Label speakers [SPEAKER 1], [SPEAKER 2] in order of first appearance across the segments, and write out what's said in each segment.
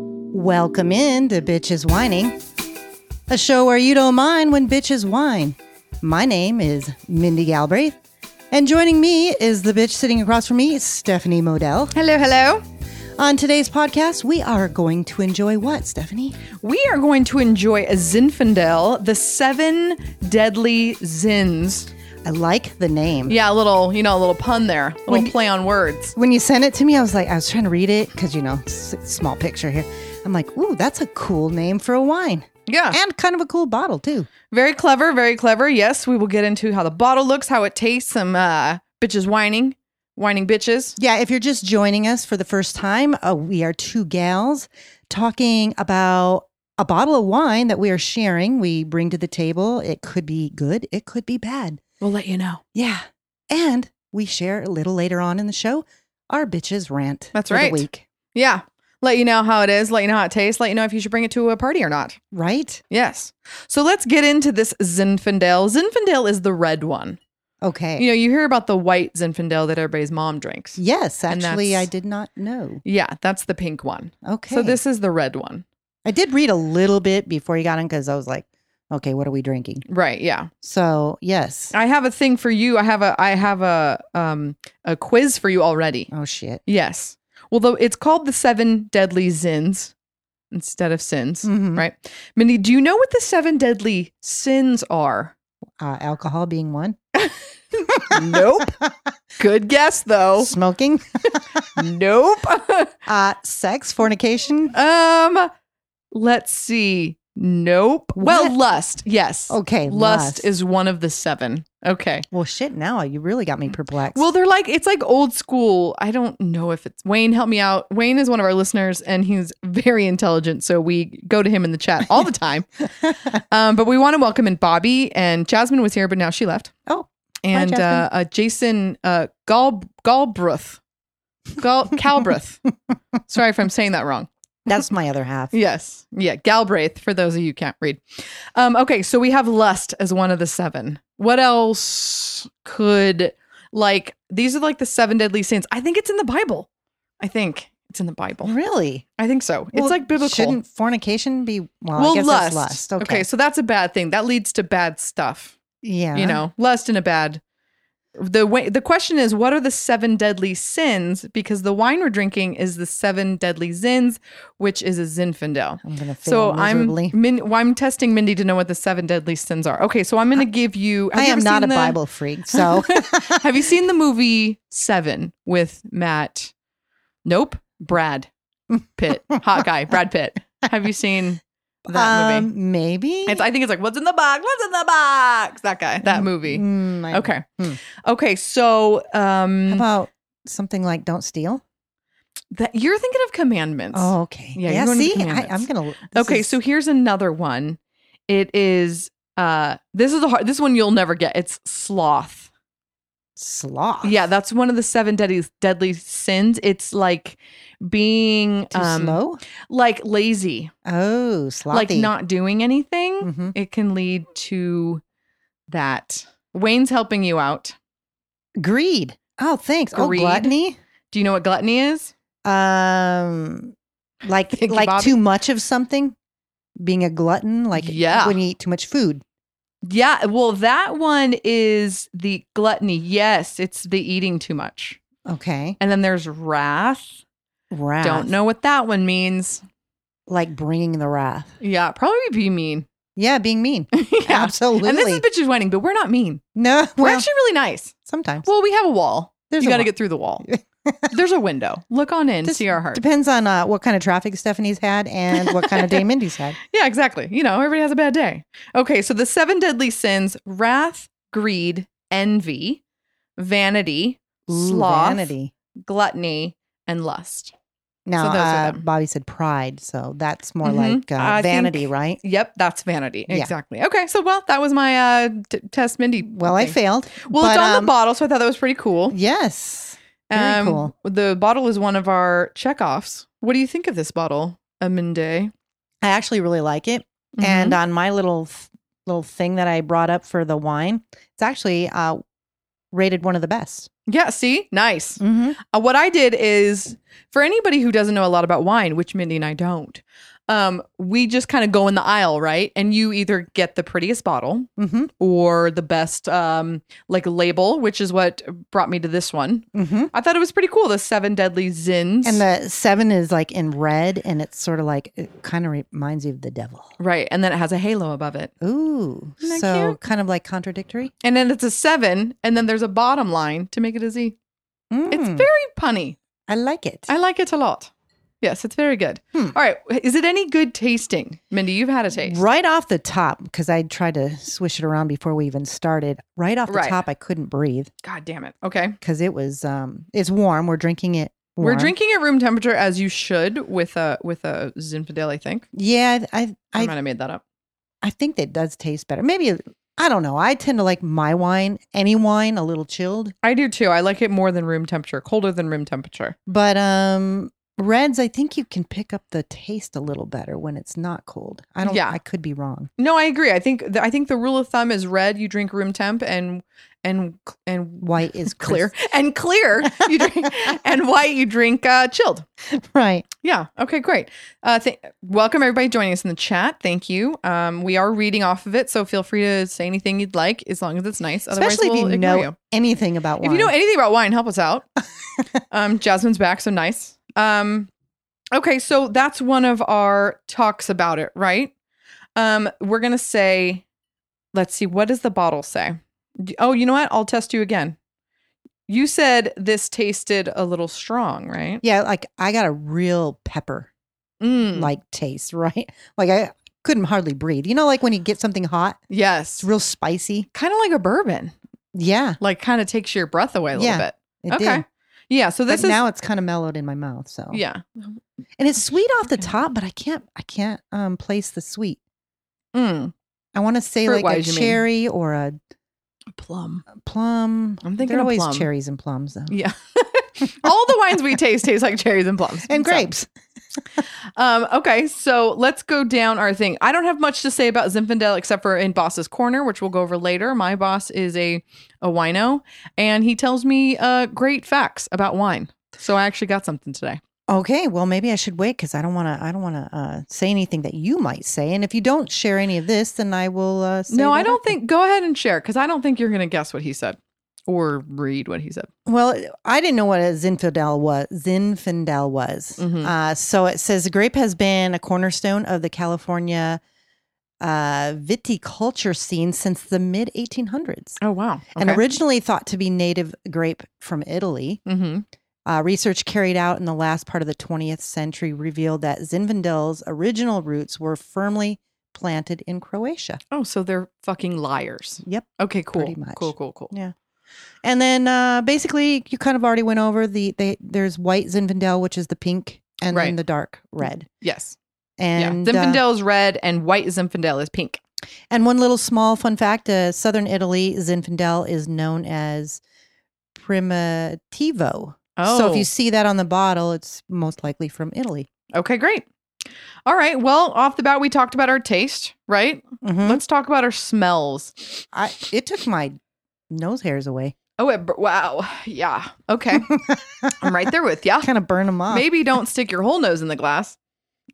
[SPEAKER 1] Welcome in to Bitches Whining, a show where you don't mind when bitches whine. My name is Mindy Galbraith, and joining me is the bitch sitting across from me, Stephanie Modell.
[SPEAKER 2] Hello, hello.
[SPEAKER 1] On today's podcast, we are going to enjoy what, Stephanie?
[SPEAKER 2] We are going to enjoy a Zinfandel, the seven deadly Zins.
[SPEAKER 1] I like the name.
[SPEAKER 2] Yeah, a little, you know, a little pun there, a little play on words.
[SPEAKER 1] When you sent it to me, I was like, I was trying to read it because, you know, s- small picture here. I'm like, ooh, that's a cool name for a wine.
[SPEAKER 2] Yeah.
[SPEAKER 1] And kind of a cool bottle, too.
[SPEAKER 2] Very clever, very clever. Yes, we will get into how the bottle looks, how it tastes, some uh, bitches whining, whining bitches.
[SPEAKER 1] Yeah, if you're just joining us for the first time, uh, we are two gals talking about a bottle of wine that we are sharing, we bring to the table. It could be good, it could be bad.
[SPEAKER 2] We'll let you know.
[SPEAKER 1] Yeah. And we share a little later on in the show our bitches rant.
[SPEAKER 2] That's
[SPEAKER 1] for the
[SPEAKER 2] right.
[SPEAKER 1] week,
[SPEAKER 2] Yeah. Let you know how it is, let you know how it tastes, let you know if you should bring it to a party or not.
[SPEAKER 1] right?
[SPEAKER 2] Yes. So let's get into this Zinfandel. Zinfandel is the red one.
[SPEAKER 1] Okay.
[SPEAKER 2] You know, you hear about the white Zinfandel that everybody's mom drinks.
[SPEAKER 1] yes,
[SPEAKER 2] And
[SPEAKER 1] actually, I
[SPEAKER 2] that's-
[SPEAKER 1] did not know.
[SPEAKER 2] Yeah, that's the pink one.
[SPEAKER 1] Okay.
[SPEAKER 2] So this is the red one.
[SPEAKER 1] I did read a little bit before you got in because I was like, okay, what are we drinking?
[SPEAKER 2] Right, yeah.
[SPEAKER 1] So, yes.
[SPEAKER 2] I have a thing for you. I have a I have a um a quiz for you already.
[SPEAKER 1] Oh, shit.
[SPEAKER 2] Yes. Well, though it's called the seven deadly sins instead of sins,
[SPEAKER 1] Mhm.
[SPEAKER 2] right? Mindy, do you know what the seven deadly sins are?
[SPEAKER 1] Uh, alcohol being one,
[SPEAKER 2] nope. Good guess though.
[SPEAKER 1] smoking.
[SPEAKER 2] nope.
[SPEAKER 1] Uh, sex, fornication.
[SPEAKER 2] um let's see. Nope.
[SPEAKER 1] What?
[SPEAKER 2] Well, lust. Yes.
[SPEAKER 1] Okay,
[SPEAKER 2] lust is one of the seven. Okay.
[SPEAKER 1] well. Shit, now you really got me perplexed.
[SPEAKER 2] Well, they're like it's like old school. I don't know if it's Wayne. Help me out. Wayne is one of our listeners, and he's very intelligent. So we go to him in the chat all the time. um, but we want to welcome in Bobby and Jasmine was here, but now she left.
[SPEAKER 1] Oh.
[SPEAKER 2] and
[SPEAKER 1] Jasmine.
[SPEAKER 2] uh, uh, Jason uh, Gal Galbruth, Gal Calbruth. Sorry if I'm saying that wrong.
[SPEAKER 1] that's my other half.
[SPEAKER 2] Yes, yeah, Galbraith. For those of you who can't read. Um, okay, so we have lust as one of the seven. What else could like these are like the seven deadly sins? I think it's in the Bible. I think it's in the Bible.
[SPEAKER 1] Really?
[SPEAKER 2] I think so.
[SPEAKER 1] Well,
[SPEAKER 2] it's like biblical.
[SPEAKER 1] Shouldn't fornication be well? I
[SPEAKER 2] well,
[SPEAKER 1] guess
[SPEAKER 2] lust.
[SPEAKER 1] It's lust.
[SPEAKER 2] Okay.
[SPEAKER 1] Okay.
[SPEAKER 2] so that's a bad thing. That leads to bad stuff.
[SPEAKER 1] yeah.
[SPEAKER 2] You know, lust and a bad. The way the question is, what are the seven deadly sins? Because the wine we're drinking is the seven deadly sins, which is a Zinfandel.
[SPEAKER 1] I'm gonna fail
[SPEAKER 2] So I'm
[SPEAKER 1] miserably.
[SPEAKER 2] Min, well, I'm testing Mindy to know what the seven deadly sins are. Okay, so I'm going to give you. have
[SPEAKER 1] I
[SPEAKER 2] you
[SPEAKER 1] am
[SPEAKER 2] ever
[SPEAKER 1] not a
[SPEAKER 2] seen the-
[SPEAKER 1] Bible freak, so
[SPEAKER 2] have you seen the movie Seven with Matt? Nope, Brad Pitt, hot guy, Brad Pitt. Have you seen that movie?
[SPEAKER 1] um, maybe
[SPEAKER 2] It's, I think it's like what's in the box? What's in the box? That guy, that movie.
[SPEAKER 1] Mm, I-
[SPEAKER 2] Okay,
[SPEAKER 1] Hmm.
[SPEAKER 2] okay. So
[SPEAKER 1] How
[SPEAKER 2] um,
[SPEAKER 1] about something like "Don't steal"?
[SPEAKER 2] that, you're thinking of commandments.
[SPEAKER 1] Oh, okay.
[SPEAKER 2] Yeah, you're going to
[SPEAKER 1] see, I,
[SPEAKER 2] commandments.
[SPEAKER 1] I'm gonna. this
[SPEAKER 2] Okay,
[SPEAKER 1] is-
[SPEAKER 2] so here's another one. It is uh this is a hard this one you'll never get. It's sloth.
[SPEAKER 1] sloth.
[SPEAKER 2] Yeah, that's one of the seven deadly deadly sins. It's like being
[SPEAKER 1] Too
[SPEAKER 2] um
[SPEAKER 1] slow.
[SPEAKER 2] like lazy,
[SPEAKER 1] Oh, slothy.
[SPEAKER 2] like not doing anything.
[SPEAKER 1] Mhm.
[SPEAKER 2] It can lead to that. Wayne's helping you out.
[SPEAKER 1] greed. Oh, thanks. Oh,
[SPEAKER 2] Greed.
[SPEAKER 1] gluttony.
[SPEAKER 2] Do you know what gluttony is?
[SPEAKER 1] Um, like
[SPEAKER 2] Thank you,
[SPEAKER 1] like
[SPEAKER 2] Bobby.
[SPEAKER 1] too much of something, being a glutton. Like
[SPEAKER 2] Yeah.
[SPEAKER 1] when you eat too much food.
[SPEAKER 2] Yeah, well that one is the gluttony. Yes, it's the eating too much.
[SPEAKER 1] Okay,
[SPEAKER 2] And then there's wrath.
[SPEAKER 1] wrath.
[SPEAKER 2] Don't know what that one means.
[SPEAKER 1] Like bringing the wrath.
[SPEAKER 2] Yeah, probably be mean.
[SPEAKER 1] Yeah, being mean.
[SPEAKER 2] yeah.
[SPEAKER 1] Absolutely.
[SPEAKER 2] And this is bitches whining, but we're not mean.
[SPEAKER 1] no.
[SPEAKER 2] We're
[SPEAKER 1] Well,
[SPEAKER 2] actually really nice.
[SPEAKER 1] sometimes
[SPEAKER 2] Well, we have a wall.
[SPEAKER 1] There's a
[SPEAKER 2] you got to
[SPEAKER 1] wall.
[SPEAKER 2] get through the wall. There's a window. Look on in,
[SPEAKER 1] Just
[SPEAKER 2] see our heart.
[SPEAKER 1] depends on uh, what kind of traffic Stephanie's had and what kind of day Mindy's had.
[SPEAKER 2] yeah, exactly. You know, everybody has a bad day. Okay, so the seven deadly sins wrath, greed, envy, vanity,
[SPEAKER 1] Ooh,
[SPEAKER 2] sloth,
[SPEAKER 1] vanity.
[SPEAKER 2] gluttony, and lust.
[SPEAKER 1] Now,
[SPEAKER 2] those are
[SPEAKER 1] uh,
[SPEAKER 2] them.
[SPEAKER 1] Bobby said pride, so that's more
[SPEAKER 2] Mhm.
[SPEAKER 1] like uh,
[SPEAKER 2] I think-
[SPEAKER 1] vanity, right?
[SPEAKER 2] Yep, that's vanity.
[SPEAKER 1] Yeah.
[SPEAKER 2] Exactly. Okay, so well, that was my uh, t- test, Mindy.
[SPEAKER 1] Well, I
[SPEAKER 2] thing.
[SPEAKER 1] failed.
[SPEAKER 2] Well,
[SPEAKER 1] but,
[SPEAKER 2] it's on
[SPEAKER 1] um,
[SPEAKER 2] the bottle, so I thought that was pretty cool.
[SPEAKER 1] Yes. Very cool.
[SPEAKER 2] Um, The bottle is one of our checkoffs. What do you think of this bottle, Aminde?
[SPEAKER 1] I actually really like it.
[SPEAKER 2] Mm-hmm.
[SPEAKER 1] and on my little th- little thing that I brought up for the wine, it's actually uh, rated one of the best.
[SPEAKER 2] yeah, see, nice.
[SPEAKER 1] Mm-hmm.
[SPEAKER 2] Uh, what I did is for anybody who doesn't know a lot about wine, which Mindy and I don't, um, we just kind of go in the aisle, right? And you either get the prettiest bottle
[SPEAKER 1] Mm-hmm.
[SPEAKER 2] or the best um, like label, which is what brought me to this one.
[SPEAKER 1] Mm-hmm.
[SPEAKER 2] I thought it was pretty cool. The seven deadly zins.
[SPEAKER 1] And the seven is like in red, and it's sort of like it kind of reminds you of the devil.
[SPEAKER 2] right. And then it has a halo above it.
[SPEAKER 1] Ooh,
[SPEAKER 2] Isn't that
[SPEAKER 1] so
[SPEAKER 2] cute?
[SPEAKER 1] kind of like contradictory.
[SPEAKER 2] And then it's a seven. And then there's a bottom line to make it a Z. It's
[SPEAKER 1] Mm,
[SPEAKER 2] very punny.
[SPEAKER 1] I like it.
[SPEAKER 2] I like it a lot. Yes, it's very good.
[SPEAKER 1] Hmm.
[SPEAKER 2] All right. Is it any good tasting? Mindy, you've had a taste.
[SPEAKER 1] right off the top, because I tried to swish it around before we even started. Right off the
[SPEAKER 2] Right.
[SPEAKER 1] top, I couldn't breathe
[SPEAKER 2] God damn it. Okay.
[SPEAKER 1] because it was um, it's warm. We're drinking it.
[SPEAKER 2] We're
[SPEAKER 1] warm.
[SPEAKER 2] drinking at room temperature as you should with a with a Zinfandel, I think.
[SPEAKER 1] Yeah, I
[SPEAKER 2] I,
[SPEAKER 1] I
[SPEAKER 2] might have made that up.
[SPEAKER 1] I think that does taste better. Maybe it- I don't know. I tend to like my wine, any wine, a little chilled.
[SPEAKER 2] I do too. I like it more than room temperature, colder than room temperature.
[SPEAKER 1] But um reds, I think you can pick up the taste a little better when it's not cold. I don't.
[SPEAKER 2] Yeah.
[SPEAKER 1] I could be wrong.
[SPEAKER 2] No, I agree. I think the, I think the rule of thumb is red you drink room temp and and and
[SPEAKER 1] White is
[SPEAKER 2] clear and clear you drink and white you drink uh, chilled.
[SPEAKER 1] crisp. right?
[SPEAKER 2] Yeah. Okay. Great. Uh, th- welcome everybody joining us in the chat. Thank you. Um, we are reading off of it, so feel free to say anything you'd like, as long as it's nice. Otherwise,
[SPEAKER 1] Especially
[SPEAKER 2] we'll
[SPEAKER 1] if you
[SPEAKER 2] ignore
[SPEAKER 1] know
[SPEAKER 2] you.
[SPEAKER 1] anything about
[SPEAKER 2] If
[SPEAKER 1] wine.
[SPEAKER 2] you know anything about wine, help us out. um, Jasmine's back, so nice. Um, okay, so that's one of our talks about it, right? Um, we're gonna say, let's see, what does the bottle say? D- Oh, you know what? I'll test you again. You said this tasted a little strong, right?
[SPEAKER 1] yeah, like I got a real pepper
[SPEAKER 2] Mm,
[SPEAKER 1] like taste, right? Like I couldn't hardly breathe. You know, like when you get something hot,
[SPEAKER 2] yes,
[SPEAKER 1] it's real spicy.
[SPEAKER 2] kind of like a bourbon,
[SPEAKER 1] Yeah,
[SPEAKER 2] like kind of takes your breath away a little
[SPEAKER 1] Yeah,
[SPEAKER 2] bit.
[SPEAKER 1] it
[SPEAKER 2] okay,
[SPEAKER 1] did.
[SPEAKER 2] yeah. So
[SPEAKER 1] But
[SPEAKER 2] this is
[SPEAKER 1] now it's kind of mellowed in my mouth. So
[SPEAKER 2] yeah.
[SPEAKER 1] and it's sweet off the
[SPEAKER 2] Okay.
[SPEAKER 1] top, but I can't. I can't um place the sweet.
[SPEAKER 2] Mm,
[SPEAKER 1] I want to say like a
[SPEAKER 2] Fruit-wise, you mean.
[SPEAKER 1] cherry or a
[SPEAKER 2] plum.
[SPEAKER 1] plum.
[SPEAKER 2] I'm thinking
[SPEAKER 1] There are
[SPEAKER 2] of
[SPEAKER 1] always
[SPEAKER 2] plum.
[SPEAKER 1] cherries and plums though,
[SPEAKER 2] Yeah. All the wines we taste taste like cherries and plums
[SPEAKER 1] and
[SPEAKER 2] So,
[SPEAKER 1] grapes.
[SPEAKER 2] um, okay, so let's go down our thing. I don't have much to say about Zinfandel except for in Boss's Corner, which we'll go over later. My boss is a a wino, and he tells me uh, great facts about wine. So I actually got something today.
[SPEAKER 1] Okay, well maybe I should wait because I don't want to. I don't want to uh, say anything that you might say. And if you don't share any of this, then I will. Uh, say
[SPEAKER 2] no, I
[SPEAKER 1] that
[SPEAKER 2] don't
[SPEAKER 1] after.
[SPEAKER 2] think. Go ahead and share because I don't think you're going to guess what he said or read what he said.
[SPEAKER 1] Well, I didn't know what a Zinfandel was. Zinfandel was.
[SPEAKER 2] Mhm.
[SPEAKER 1] Uh, so it says the grape has been a cornerstone of the California uh, viticulture scene since the mid 1800s,
[SPEAKER 2] Oh wow!
[SPEAKER 1] and originally thought to be native grape from Italy.
[SPEAKER 2] mm-hmm.
[SPEAKER 1] Uh, research carried out in the last part of the 20th century revealed that Zinfandel's original roots were firmly planted in Croatia.
[SPEAKER 2] Oh, so they're fucking liars.
[SPEAKER 1] Yep.
[SPEAKER 2] Okay, cool.
[SPEAKER 1] Pretty much.
[SPEAKER 2] Cool, cool, cool.
[SPEAKER 1] And then uh, basically, you kind of already went over the they, there's white Zinfandel, which is the pink, and then
[SPEAKER 2] Right.
[SPEAKER 1] the dark red.
[SPEAKER 2] Yes.
[SPEAKER 1] And
[SPEAKER 2] yeah.
[SPEAKER 1] uh,
[SPEAKER 2] Zinfandel is red and white Zinfandel is pink.
[SPEAKER 1] and one little small fun fact: uh, Southern Italy Zinfandel is known as Primitivo.
[SPEAKER 2] Oh.
[SPEAKER 1] So if you see that on the bottle, it's most likely from Italy.
[SPEAKER 2] okay, great. All right. Well, off the bat, we talked about our taste, right?
[SPEAKER 1] Mhm.
[SPEAKER 2] Let's talk about our smells.
[SPEAKER 1] I, it took my nose hairs away.
[SPEAKER 2] Oh, it, br- wow. Yeah. Okay. I'm right there with ya.
[SPEAKER 1] Kind of burn them off.
[SPEAKER 2] Maybe don't stick your whole nose in the glass.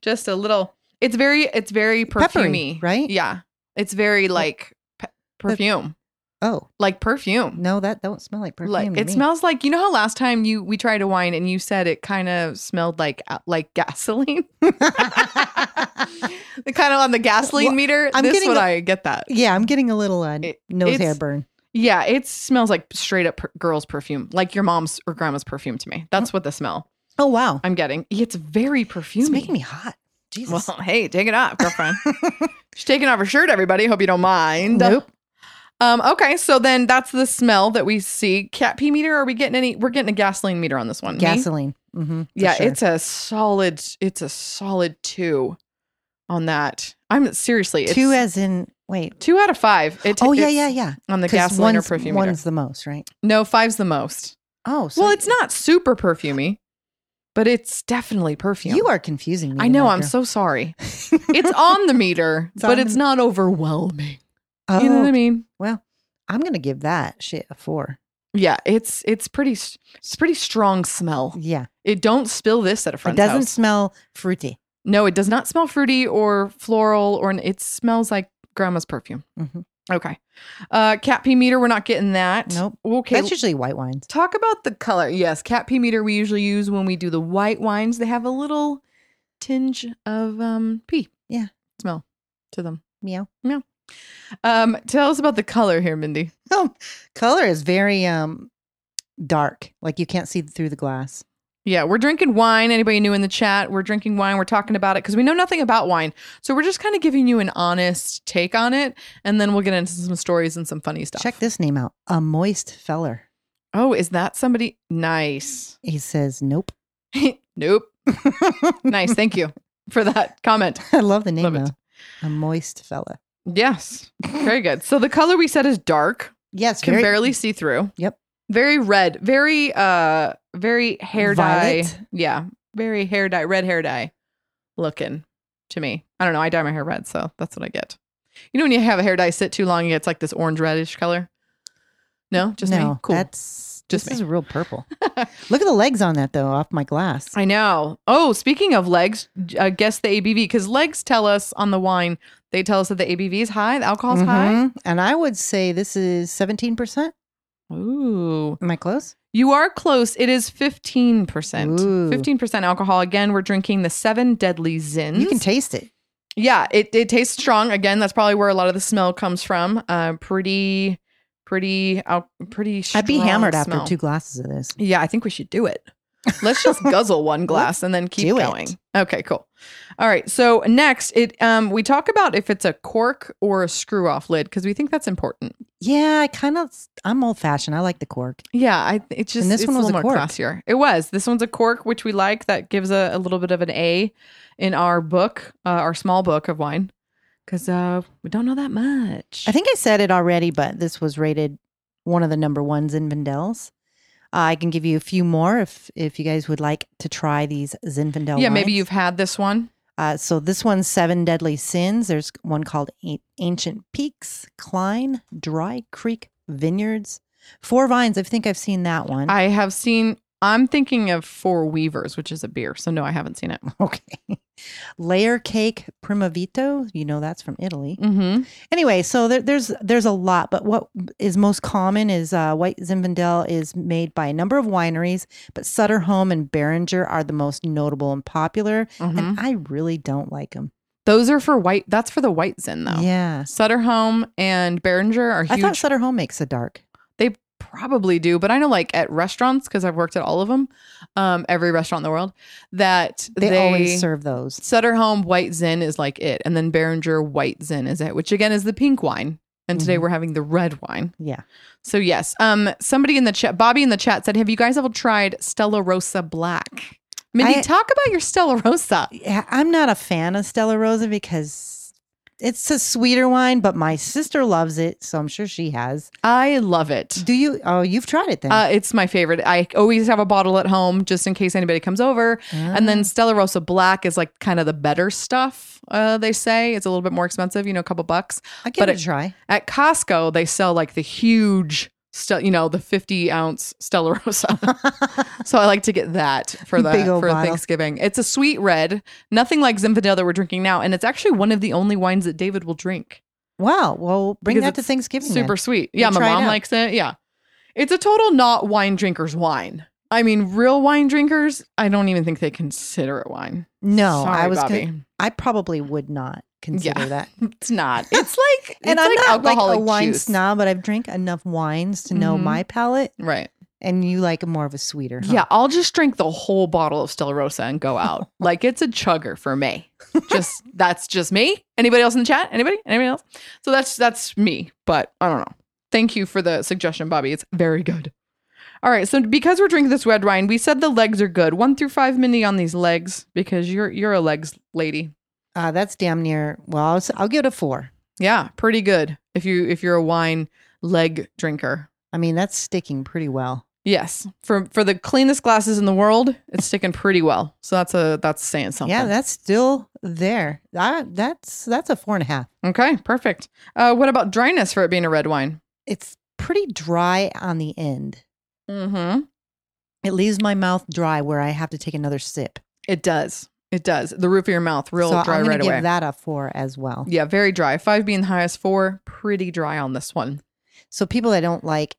[SPEAKER 2] Just a little. It's very, it's very
[SPEAKER 1] Peppery,
[SPEAKER 2] perfumey.
[SPEAKER 1] right?
[SPEAKER 2] Yeah. It's very like pe- perfume,
[SPEAKER 1] Oh
[SPEAKER 2] like perfume.
[SPEAKER 1] no, that don't smell like perfume.
[SPEAKER 2] like
[SPEAKER 1] to
[SPEAKER 2] it
[SPEAKER 1] me.
[SPEAKER 2] smells like you know how last time you we tried a wine and you said it kind of smelled like uh, like gasoline the kind of on the gasoline
[SPEAKER 1] Well,
[SPEAKER 2] meter
[SPEAKER 1] I'm
[SPEAKER 2] this
[SPEAKER 1] getting
[SPEAKER 2] one
[SPEAKER 1] the-
[SPEAKER 2] i get that
[SPEAKER 1] Yeah, I'm getting a little uh,
[SPEAKER 2] It-
[SPEAKER 1] nose hair
[SPEAKER 2] it's-
[SPEAKER 1] burn.
[SPEAKER 2] yeah it smells like straight up per- girl's perfume like your mom's or grandma's perfume to me that's what the smell
[SPEAKER 1] Oh wow,
[SPEAKER 2] i'm getting it's very perfumey
[SPEAKER 1] it's making me hot. Jesus.
[SPEAKER 2] well hey take it off girlfriend she's taking off her shirt everybody hope you don't mind
[SPEAKER 1] Nope.
[SPEAKER 2] um okay so then that's the smell that we see cat pee meter are we getting any we're getting a gasoline meter on this one Me?
[SPEAKER 1] gasoline. Mm-hmm,
[SPEAKER 2] yeah it's a solid it's a solid two on that i'm seriously it's
[SPEAKER 1] two as in wait.
[SPEAKER 2] two out of five it,
[SPEAKER 1] Oh yeah,
[SPEAKER 2] it's
[SPEAKER 1] yeah, yeah.
[SPEAKER 2] on the
[SPEAKER 1] 'Cause
[SPEAKER 2] gasoline or
[SPEAKER 1] one's-
[SPEAKER 2] perfume meter.
[SPEAKER 1] One's the most, right?
[SPEAKER 2] no five's the most
[SPEAKER 1] Oh, so
[SPEAKER 2] well it's not super perfumey but it's definitely perfume
[SPEAKER 1] You are confusing me.
[SPEAKER 2] i know
[SPEAKER 1] tonight,
[SPEAKER 2] i'm
[SPEAKER 1] girl.
[SPEAKER 2] so sorry it's on the meter
[SPEAKER 1] It's on
[SPEAKER 2] but
[SPEAKER 1] the
[SPEAKER 2] it's
[SPEAKER 1] me-
[SPEAKER 2] not overwhelming
[SPEAKER 1] Oh,
[SPEAKER 2] you know what i mean
[SPEAKER 1] well, I'm gonna give that shit a four.
[SPEAKER 2] yeah it's it's pretty s- it's pretty strong smell
[SPEAKER 1] Yeah,
[SPEAKER 2] it don't spill this at a friend's
[SPEAKER 1] it doesn't
[SPEAKER 2] house.
[SPEAKER 1] smell fruity.
[SPEAKER 2] No, it does not smell fruity or floral or it smells like grandma's perfume.
[SPEAKER 1] Mhm.
[SPEAKER 2] Okay. Uh cat pee meter, we're not getting that.
[SPEAKER 1] Nope.
[SPEAKER 2] Okay.
[SPEAKER 1] That's usually white wines.
[SPEAKER 2] Talk about the color. Yes, cat pee meter we usually use when we do the white wines. They have a little tinge of um pee.
[SPEAKER 1] Yeah.
[SPEAKER 2] Smell to them.
[SPEAKER 1] Meow.
[SPEAKER 2] Um tell us about the color here, Mindy.
[SPEAKER 1] Oh, color is very um dark. Like you can't see through the glass.
[SPEAKER 2] Yeah, we're drinking wine. Anybody new in the chat? We're drinking wine. We're talking about it because we know nothing about wine. So we're just kind of giving you an honest take on it. And then we'll get into some stories and some funny stuff.
[SPEAKER 1] Check this name out. A moist feller.
[SPEAKER 2] Oh, is that somebody? Nice.
[SPEAKER 1] He says, "Nope."
[SPEAKER 2] nope. Nice. Thank you for that comment.
[SPEAKER 1] I love the name
[SPEAKER 2] Love it.
[SPEAKER 1] though. A moist fella.
[SPEAKER 2] Yes. Very good. So the color we said is dark.
[SPEAKER 1] Yes,
[SPEAKER 2] Can
[SPEAKER 1] very
[SPEAKER 2] barely see through.
[SPEAKER 1] Yep.
[SPEAKER 2] Very red. Very uh very hair
[SPEAKER 1] Violet?
[SPEAKER 2] dye. Yeah. Very hair dye, red hair dye looking to me. I don't know. I dye my hair red, so that's what I get. You know when you have a hair dye sit too long, it gets like this orange reddish color? No? Just
[SPEAKER 1] no,
[SPEAKER 2] me? Cool.
[SPEAKER 1] That's
[SPEAKER 2] Just
[SPEAKER 1] this
[SPEAKER 2] me.
[SPEAKER 1] is real purple. Look at the legs on that though, off my glass.
[SPEAKER 2] I know. Oh, speaking of legs, uh, guess the ABV because legs tell us on the wine. They tell us that the ABV is high, the alcohol's high.
[SPEAKER 1] Mhm. And I would say this is seventeen percent.
[SPEAKER 2] Ooh,
[SPEAKER 1] Am I close?
[SPEAKER 2] you are close. It is fifteen percent.
[SPEAKER 1] Ooh.
[SPEAKER 2] Fifteen percent alcohol. Again, we're drinking the seven deadly sins.
[SPEAKER 1] You can taste it.
[SPEAKER 2] yeah, it it tastes strong. Again, that's probably where a lot of the smell comes from. Uh, pretty, pretty, al- pretty.
[SPEAKER 1] I'd be
[SPEAKER 2] strong
[SPEAKER 1] hammered
[SPEAKER 2] smell.
[SPEAKER 1] after two glasses of this.
[SPEAKER 2] Yeah, I think we should do it. Let's just guzzle one glass and then keep
[SPEAKER 1] do it.
[SPEAKER 2] going. Okay, cool. All right. So next, it um we talk about if it's a cork or a screw off lid because we think that's important.
[SPEAKER 1] Yeah, I kind of. I'm old fashioned. I like the cork.
[SPEAKER 2] Yeah, I th- it's just
[SPEAKER 1] And this
[SPEAKER 2] it's
[SPEAKER 1] one
[SPEAKER 2] a
[SPEAKER 1] was
[SPEAKER 2] little
[SPEAKER 1] a
[SPEAKER 2] more
[SPEAKER 1] cork.
[SPEAKER 2] classier. It was. This one's a cork, which we like. That gives a, a little bit of an A in our book, uh, our small book of wine, because uh, we don't know that much.
[SPEAKER 1] I think I said it already, but this was rated one of the number ones in Vindel's. Uh, I can give you a few more if if you guys would like to try these Zinfandel.
[SPEAKER 2] yeah, maybe
[SPEAKER 1] wines.
[SPEAKER 2] you've had this one.
[SPEAKER 1] Uh, so this one's Seven Deadly Sins. There's one called An- Ancient Peaks, Klein, Dry Creek Vineyards, Four Vines. I think I've seen that one.
[SPEAKER 2] I have seen. I'm thinking of Four Weavers, which is a beer. So no, I haven't seen it.
[SPEAKER 1] okay. Layer Cake Primavito. You know that's from Italy.
[SPEAKER 2] Mm-hmm.
[SPEAKER 1] Anyway, so there, there's there's a lot, but what is most common is uh, white Zinfandel is made by a number of wineries, but Sutter Home and Behringer are the most notable and popular. And I really don't like them.
[SPEAKER 2] mm-hmm. Those are for white. That's for the white zin though.
[SPEAKER 1] Yeah,
[SPEAKER 2] Sutter Home and Behringer are
[SPEAKER 1] I
[SPEAKER 2] huge.
[SPEAKER 1] thought Sutter Home makes a dark.
[SPEAKER 2] they probably do, but I know like at restaurants because I've worked at all of them, um, every restaurant in the world that
[SPEAKER 1] They,
[SPEAKER 2] they,
[SPEAKER 1] always serve those.
[SPEAKER 2] Sutter Home White Zin is like it, and then Behringer White Zin is it, which again is the pink wine. And today
[SPEAKER 1] Mhm.
[SPEAKER 2] we're having the red wine.
[SPEAKER 1] Yeah.
[SPEAKER 2] So yes, um, somebody in the chat, Bobby in the chat said, "Have you guys ever tried Stella Rosa Black?" Mindy,
[SPEAKER 1] I-
[SPEAKER 2] talk about your Stella Rosa.
[SPEAKER 1] Yeah, I'm not a fan of Stella Rosa because it's a sweeter wine, but my sister loves it, so I'm sure she has.
[SPEAKER 2] I love it.
[SPEAKER 1] Do you? Oh, you've tried it then.
[SPEAKER 2] Uh, it's my favorite. I always have a bottle at home just in case anybody comes over. And then Stella Rosa Black is like kind of the better stuff, uh, they say. It's a little bit more expensive, you know, a couple bucks.
[SPEAKER 1] I Ah, give
[SPEAKER 2] but
[SPEAKER 1] it a
[SPEAKER 2] it-
[SPEAKER 1] try.
[SPEAKER 2] At Costco, they sell like the huge, Ste- you know, the 50 ounce Stella Rosa. so I like to get that for the
[SPEAKER 1] Big old
[SPEAKER 2] for
[SPEAKER 1] bottle.
[SPEAKER 2] Thanksgiving. It's a sweet red, nothing like Zinfandel that we're drinking now. And it's actually one of the only wines that David will drink.
[SPEAKER 1] Wow. Well, bring
[SPEAKER 2] Because
[SPEAKER 1] that to
[SPEAKER 2] it's
[SPEAKER 1] Thanksgiving. then.
[SPEAKER 2] Super sweet. Yeah,
[SPEAKER 1] We'll
[SPEAKER 2] my
[SPEAKER 1] try it
[SPEAKER 2] mom
[SPEAKER 1] out.
[SPEAKER 2] likes it. Yeah. It's a total not wine drinker's wine. I mean, real wine drinkers, I don't even think they consider it wine.
[SPEAKER 1] No,
[SPEAKER 2] Sorry,
[SPEAKER 1] I was.
[SPEAKER 2] Bobby.
[SPEAKER 1] Con- I probably would not consider
[SPEAKER 2] Yeah.
[SPEAKER 1] that.
[SPEAKER 2] it's not. It's like
[SPEAKER 1] And
[SPEAKER 2] it's
[SPEAKER 1] I'm
[SPEAKER 2] like
[SPEAKER 1] not like a
[SPEAKER 2] alcoholic
[SPEAKER 1] wine
[SPEAKER 2] juice.
[SPEAKER 1] snob, but I've drank enough wines to know
[SPEAKER 2] Mhm.
[SPEAKER 1] my palate.
[SPEAKER 2] Right.
[SPEAKER 1] And you like more of a sweeter. huh?
[SPEAKER 2] Yeah, I'll just drink the whole bottle of Stella Rosa and go out. like it's a chugger for me. Just that's just me. Anybody else in the chat? Anybody? Anybody else? So that's that's me, but I don't know. Thank you for the suggestion, Bobby. It's very good. All right, so because we're drinking this red wine, we said the legs are good. 1 through 5 mini on these legs because you're you're a legs lady.
[SPEAKER 1] Uh, that's damn near. Well, I'll, s will give it a four.
[SPEAKER 2] Yeah, pretty good. If you if you're a wine leg drinker.
[SPEAKER 1] I mean, that's sticking pretty well.
[SPEAKER 2] Yes. For for the cleanest glasses in the world, it's sticking pretty well. So that's a that's saying something.
[SPEAKER 1] Yeah, that's still there. I, that's that's a four and a half.
[SPEAKER 2] Okay, perfect. Uh, what about dryness for it being a red wine?
[SPEAKER 1] It's pretty dry on the end.
[SPEAKER 2] Mm-hmm.
[SPEAKER 1] It leaves my mouth dry where I have to take another sip.
[SPEAKER 2] It does. It does. The roof of your mouth, real
[SPEAKER 1] so
[SPEAKER 2] dry
[SPEAKER 1] I'm gonna
[SPEAKER 2] right
[SPEAKER 1] give
[SPEAKER 2] away.
[SPEAKER 1] that a four as well.
[SPEAKER 2] yeah, very dry. Five being the highest, four, pretty dry on this one.
[SPEAKER 1] So people that don't like,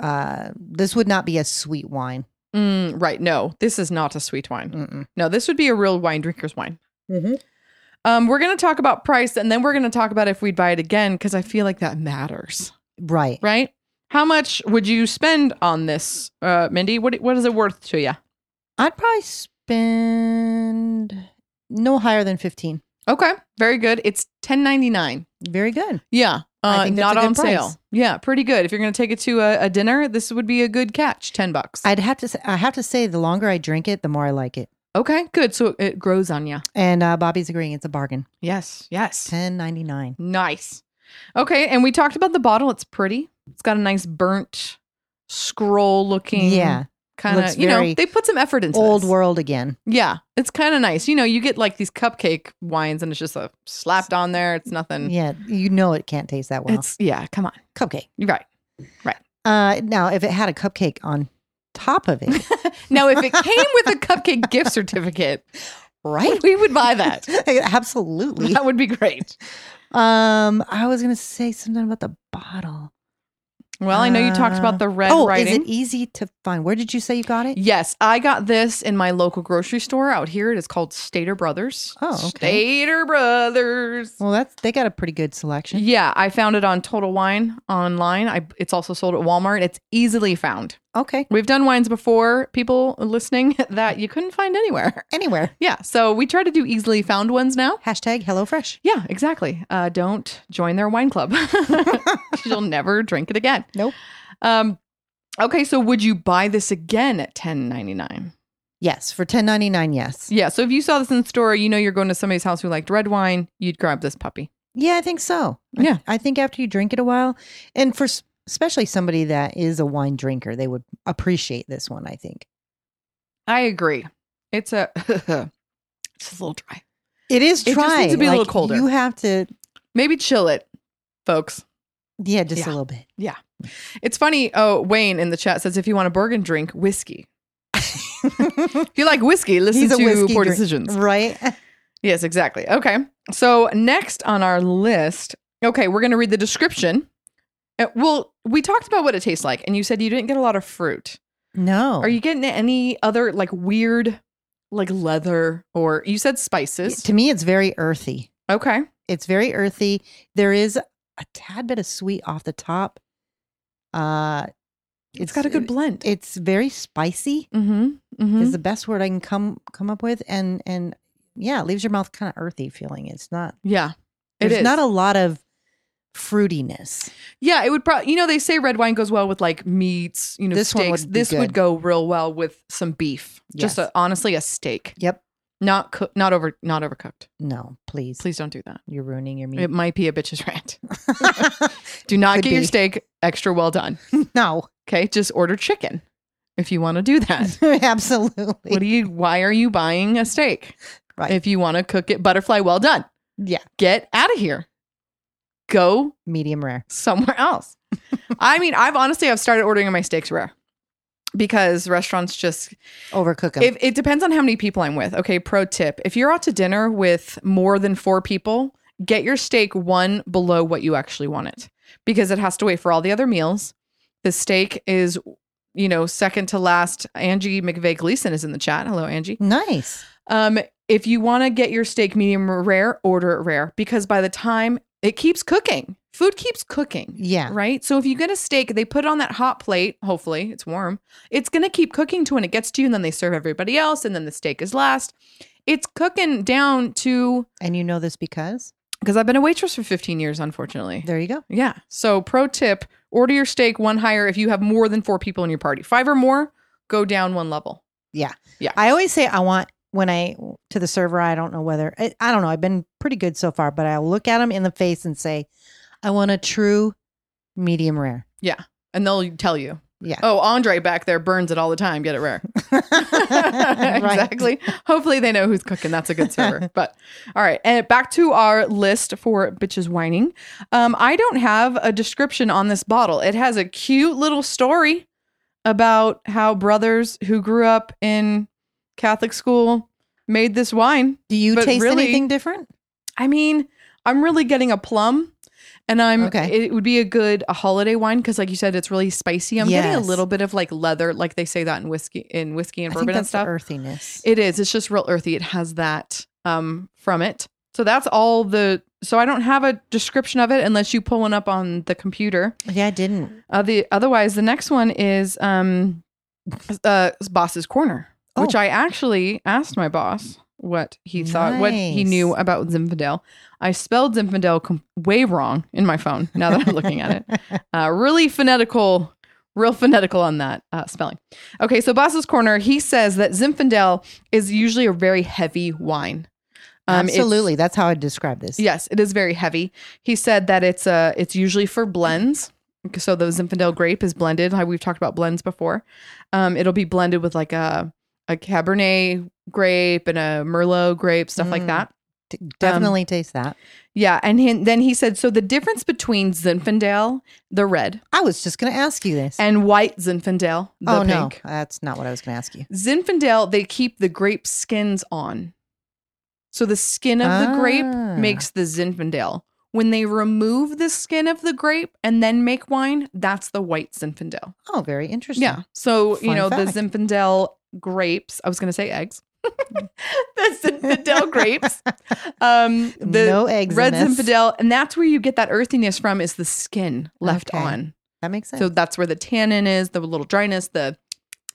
[SPEAKER 1] uh, this would not be a sweet wine.
[SPEAKER 2] Mm, right. No, this is not a sweet wine.
[SPEAKER 1] Mm-mm.
[SPEAKER 2] No, this would be a real wine drinker's wine.
[SPEAKER 1] Mhm.
[SPEAKER 2] Um, we're going to talk about price and then we're going to talk about if we'd buy it again because I feel like that matters,
[SPEAKER 1] Right.
[SPEAKER 2] right? How much would you spend on this, uh, Mindy? What what is it worth to you?
[SPEAKER 1] I'd probably spend no higher than fifteen.
[SPEAKER 2] Okay, very good. It's ten ninety nine.
[SPEAKER 1] Very good.
[SPEAKER 2] Yeah,
[SPEAKER 1] I
[SPEAKER 2] uh,
[SPEAKER 1] think that's
[SPEAKER 2] not
[SPEAKER 1] a good
[SPEAKER 2] on sale.
[SPEAKER 1] price.
[SPEAKER 2] Yeah, pretty good. If you're going to take it to a, a dinner, this would be a good catch. Ten bucks.
[SPEAKER 1] I'd have to. Say, I have to say, the longer I drink it, the more I like it.
[SPEAKER 2] okay, good. So it grows on you.
[SPEAKER 1] And uh, Bobby's agreeing. It's a bargain.
[SPEAKER 2] Yes, yes.
[SPEAKER 1] Ten ninety nine.
[SPEAKER 2] Nice. Okay, and we talked about the bottle. It's pretty. It's got a nice burnt scroll looking.
[SPEAKER 1] Yeah.
[SPEAKER 2] kind
[SPEAKER 1] Looks
[SPEAKER 2] of. You know,
[SPEAKER 1] very
[SPEAKER 2] they put some effort into
[SPEAKER 1] Old
[SPEAKER 2] this.
[SPEAKER 1] world again.
[SPEAKER 2] Yeah, it's kind of nice. You know, you get like these cupcake wines, and it's just a slapped on there. It's nothing.
[SPEAKER 1] Yeah. You know it can't taste that well.
[SPEAKER 2] It's yeah. Come on,
[SPEAKER 1] cupcake.
[SPEAKER 2] you're right.
[SPEAKER 1] Uh, now, if it had a cupcake on top of it,
[SPEAKER 2] Now, if it came with a cupcake gift certificate,
[SPEAKER 1] right?
[SPEAKER 2] we would buy that.
[SPEAKER 1] Absolutely.
[SPEAKER 2] That would be great.
[SPEAKER 1] Um, I was gonna say something about the bottle.
[SPEAKER 2] Well, I know you talked
[SPEAKER 1] Uh,
[SPEAKER 2] about the red
[SPEAKER 1] oh,
[SPEAKER 2] writing.
[SPEAKER 1] is it easy to find? Where did you say you got it?
[SPEAKER 2] Yes, I got this in my local grocery store out here. It is called Stater Brothers.
[SPEAKER 1] Oh, okay.
[SPEAKER 2] Stater Brothers.
[SPEAKER 1] Well, that's they got a pretty good selection.
[SPEAKER 2] Yeah, I found it on Total Wine online. I, it's also sold at Walmart. It's easily found.
[SPEAKER 1] Okay,
[SPEAKER 2] We've done wines before, people listening, that you couldn't find anywhere.
[SPEAKER 1] anywhere.
[SPEAKER 2] Yeah, so we try to do easily found ones now.
[SPEAKER 1] Hashtag HelloFresh.
[SPEAKER 2] Yeah, exactly. Uh, don't join their wine club. You'll never drink it again.
[SPEAKER 1] Nope.
[SPEAKER 2] Um, okay, so would you buy this again at ten ninety nine?
[SPEAKER 1] Yes, for ten ninety nine. Yes.
[SPEAKER 2] Yeah. So if you saw this in the store, you know you're going to somebody's house who liked red wine. You'd grab this puppy.
[SPEAKER 1] Yeah, I think so. I-
[SPEAKER 2] Yeah.
[SPEAKER 1] I, think after you drink it a while, and for s- especially somebody that is a wine drinker, they would appreciate this one. I think
[SPEAKER 2] I agree. It's a it's a little dry.
[SPEAKER 1] it is
[SPEAKER 2] It just
[SPEAKER 1] dry.
[SPEAKER 2] needs to be a little colder.
[SPEAKER 1] You have to,
[SPEAKER 2] Maybe chill it, folks.
[SPEAKER 1] yeah, just
[SPEAKER 2] Yeah.
[SPEAKER 1] a little bit.
[SPEAKER 2] It's funny. Oh, Wayne in the chat says if you want a Bergen drink, whiskey. If you like whiskey, listen
[SPEAKER 1] He's a
[SPEAKER 2] to
[SPEAKER 1] whiskey
[SPEAKER 2] Poor
[SPEAKER 1] drink-
[SPEAKER 2] Decisions.
[SPEAKER 1] right?
[SPEAKER 2] Yes, exactly. Okay. So next on our list, okay, we're going to read the description. Uh, Well, we talked about what it tastes like, and you said you didn't get a lot of fruit.
[SPEAKER 1] No.
[SPEAKER 2] Are you getting any other like weird, like leather or you said spices?
[SPEAKER 1] To me, it's very earthy.
[SPEAKER 2] Okay.
[SPEAKER 1] It's very earthy. There is a tad bit of sweet off the top. Uh,
[SPEAKER 2] it's got a good blend.
[SPEAKER 1] It's very spicy
[SPEAKER 2] mm-hmm. Mm-hmm.
[SPEAKER 1] is the best word I can come come up with, and and yeah, it leaves your mouth kind of earthy feeling. It's not.
[SPEAKER 2] Yeah. It
[SPEAKER 1] There's
[SPEAKER 2] is.
[SPEAKER 1] not a lot of fruitiness.
[SPEAKER 2] yeah, it would probably, you know, they say red wine goes well with like meats, you know,
[SPEAKER 1] This one would
[SPEAKER 2] steaks.
[SPEAKER 1] be
[SPEAKER 2] this would
[SPEAKER 1] good.
[SPEAKER 2] go real well with some beef. Just
[SPEAKER 1] Yes.
[SPEAKER 2] a, honestly a steak.
[SPEAKER 1] Yep.
[SPEAKER 2] Not cook, not over, not overcooked.
[SPEAKER 1] No, please,
[SPEAKER 2] Please don't do that.
[SPEAKER 1] you're ruining your meat.
[SPEAKER 2] It might be a bitch's rant. Do not
[SPEAKER 1] Could
[SPEAKER 2] get your
[SPEAKER 1] be.
[SPEAKER 2] steak extra well done.
[SPEAKER 1] no,
[SPEAKER 2] Okay. Just order chicken if you want to do that.
[SPEAKER 1] absolutely.
[SPEAKER 2] What do you, why are you buying a steak?
[SPEAKER 1] Right.
[SPEAKER 2] If you want to cook it butterfly well done,
[SPEAKER 1] yeah,
[SPEAKER 2] get out of here. Go
[SPEAKER 1] medium rare.
[SPEAKER 2] somewhere else. I mean, I've honestly, I've started ordering my steaks rare because restaurants just,
[SPEAKER 1] Overcook 'em.
[SPEAKER 2] if, it depends on how many people I'm with. Okay. Pro tip if you're out to dinner with more than four people, get your steak one below what you actually want it because it has to wait for all the other meals. The steak is, you know, second to last. Angie McVeigh Gleason is in the chat. Hello, Angie.
[SPEAKER 1] nice.
[SPEAKER 2] Um, if you want to get your steak medium rare, order it rare because by the time it keeps cooking, food keeps cooking,
[SPEAKER 1] Yeah.
[SPEAKER 2] right? So if you get a steak, they put it on that hot plate. Hopefully, it's warm. It's gonna keep cooking to when it gets to you, and then they serve everybody else, and then the steak is last. It's cooking down to
[SPEAKER 1] And you know this because
[SPEAKER 2] because I've been a waitress for 15 years, unfortunately.
[SPEAKER 1] there you go.
[SPEAKER 2] Yeah. So pro tip: order your steak one higher if you have more than four people in your party. Five or more, go down one level.
[SPEAKER 1] I always say I want when I to the server. I don't know whether I, I don't know. I've been pretty good so far, but I'll look at them in the face and say, "I want a true medium rare."
[SPEAKER 2] And they'll tell you.
[SPEAKER 1] Yeah.
[SPEAKER 2] Oh, Andre back there burns it all the time. Get it rare.
[SPEAKER 1] Right.
[SPEAKER 2] exactly. Hopefully they know who's cooking. That's a good server. But all right, and back to our list for bitches whining. Um, I don't have a description on this bottle. It has a cute little story about how brothers who grew up in Catholic school made this wine.
[SPEAKER 1] Do you
[SPEAKER 2] But
[SPEAKER 1] taste
[SPEAKER 2] really-
[SPEAKER 1] anything different?
[SPEAKER 2] I mean, I'm really getting a plum. And I'm
[SPEAKER 1] Okay.
[SPEAKER 2] okay. It would be a good a holiday wine because, like you said, it's really spicy. I'm getting
[SPEAKER 1] Yes.
[SPEAKER 2] a little bit of like leather, like they say that in whiskey, in whiskey and
[SPEAKER 1] I
[SPEAKER 2] bourbon
[SPEAKER 1] think
[SPEAKER 2] and
[SPEAKER 1] that's the
[SPEAKER 2] stuff.
[SPEAKER 1] earthiness.
[SPEAKER 2] It is. It's just real earthy. It has that um from it. So that's all the so I don't have a description of it unless you pull one up on the computer.
[SPEAKER 1] yeah, I didn't.
[SPEAKER 2] Uh, the otherwise the next one is um uh Boss's Corner, which
[SPEAKER 1] Oh.
[SPEAKER 2] I actually asked my boss what he thought what he
[SPEAKER 1] Nice.
[SPEAKER 2] knew about Zinfandel. I spelled Zinfandel com- way wrong in my phone now that I'm looking at it uh, really phonetical, real phonetical on that uh, spelling. Okay, so Boss's Corner, he says that Zinfandel is usually a very heavy wine. Um, it's-
[SPEAKER 1] Absolutely. That's how I describe this.
[SPEAKER 2] yes, it is very heavy. He said that it's uh, it's usually for blends. So the Zinfandel grape is blended. How We've talked about blends before. Um, it'll be blended with like a a Cabernet grape and a Merlot grape, stuff like
[SPEAKER 1] Mm.
[SPEAKER 2] that.
[SPEAKER 1] D-
[SPEAKER 2] um,
[SPEAKER 1] definitely taste that.
[SPEAKER 2] Yeah, and he, then he said so the difference between Zinfandel, the red,
[SPEAKER 1] I was just going to ask you this.
[SPEAKER 2] and white Zinfandel, the
[SPEAKER 1] oh
[SPEAKER 2] pink.
[SPEAKER 1] no, that's not what I was going to ask you.
[SPEAKER 2] Zinfandel, they keep the grape skins on. So the skin of the
[SPEAKER 1] Ah.
[SPEAKER 2] grape makes the Zinfandel. When they remove the skin of the grape and then make wine, that's the white Zinfandel.
[SPEAKER 1] Oh, very interesting.
[SPEAKER 2] Yeah. So, you
[SPEAKER 1] Fun
[SPEAKER 2] know,
[SPEAKER 1] fact.
[SPEAKER 2] the Zinfandel grapes, I was going to say eggs. the Zinfandel grapes. Um, the
[SPEAKER 1] no eggs.
[SPEAKER 2] red
[SPEAKER 1] in this.
[SPEAKER 2] Zinfandel. And that's where you get that earthiness from is the skin left
[SPEAKER 1] Okay.
[SPEAKER 2] on.
[SPEAKER 1] That makes sense.
[SPEAKER 2] So that's where the tannin is, the little dryness, the,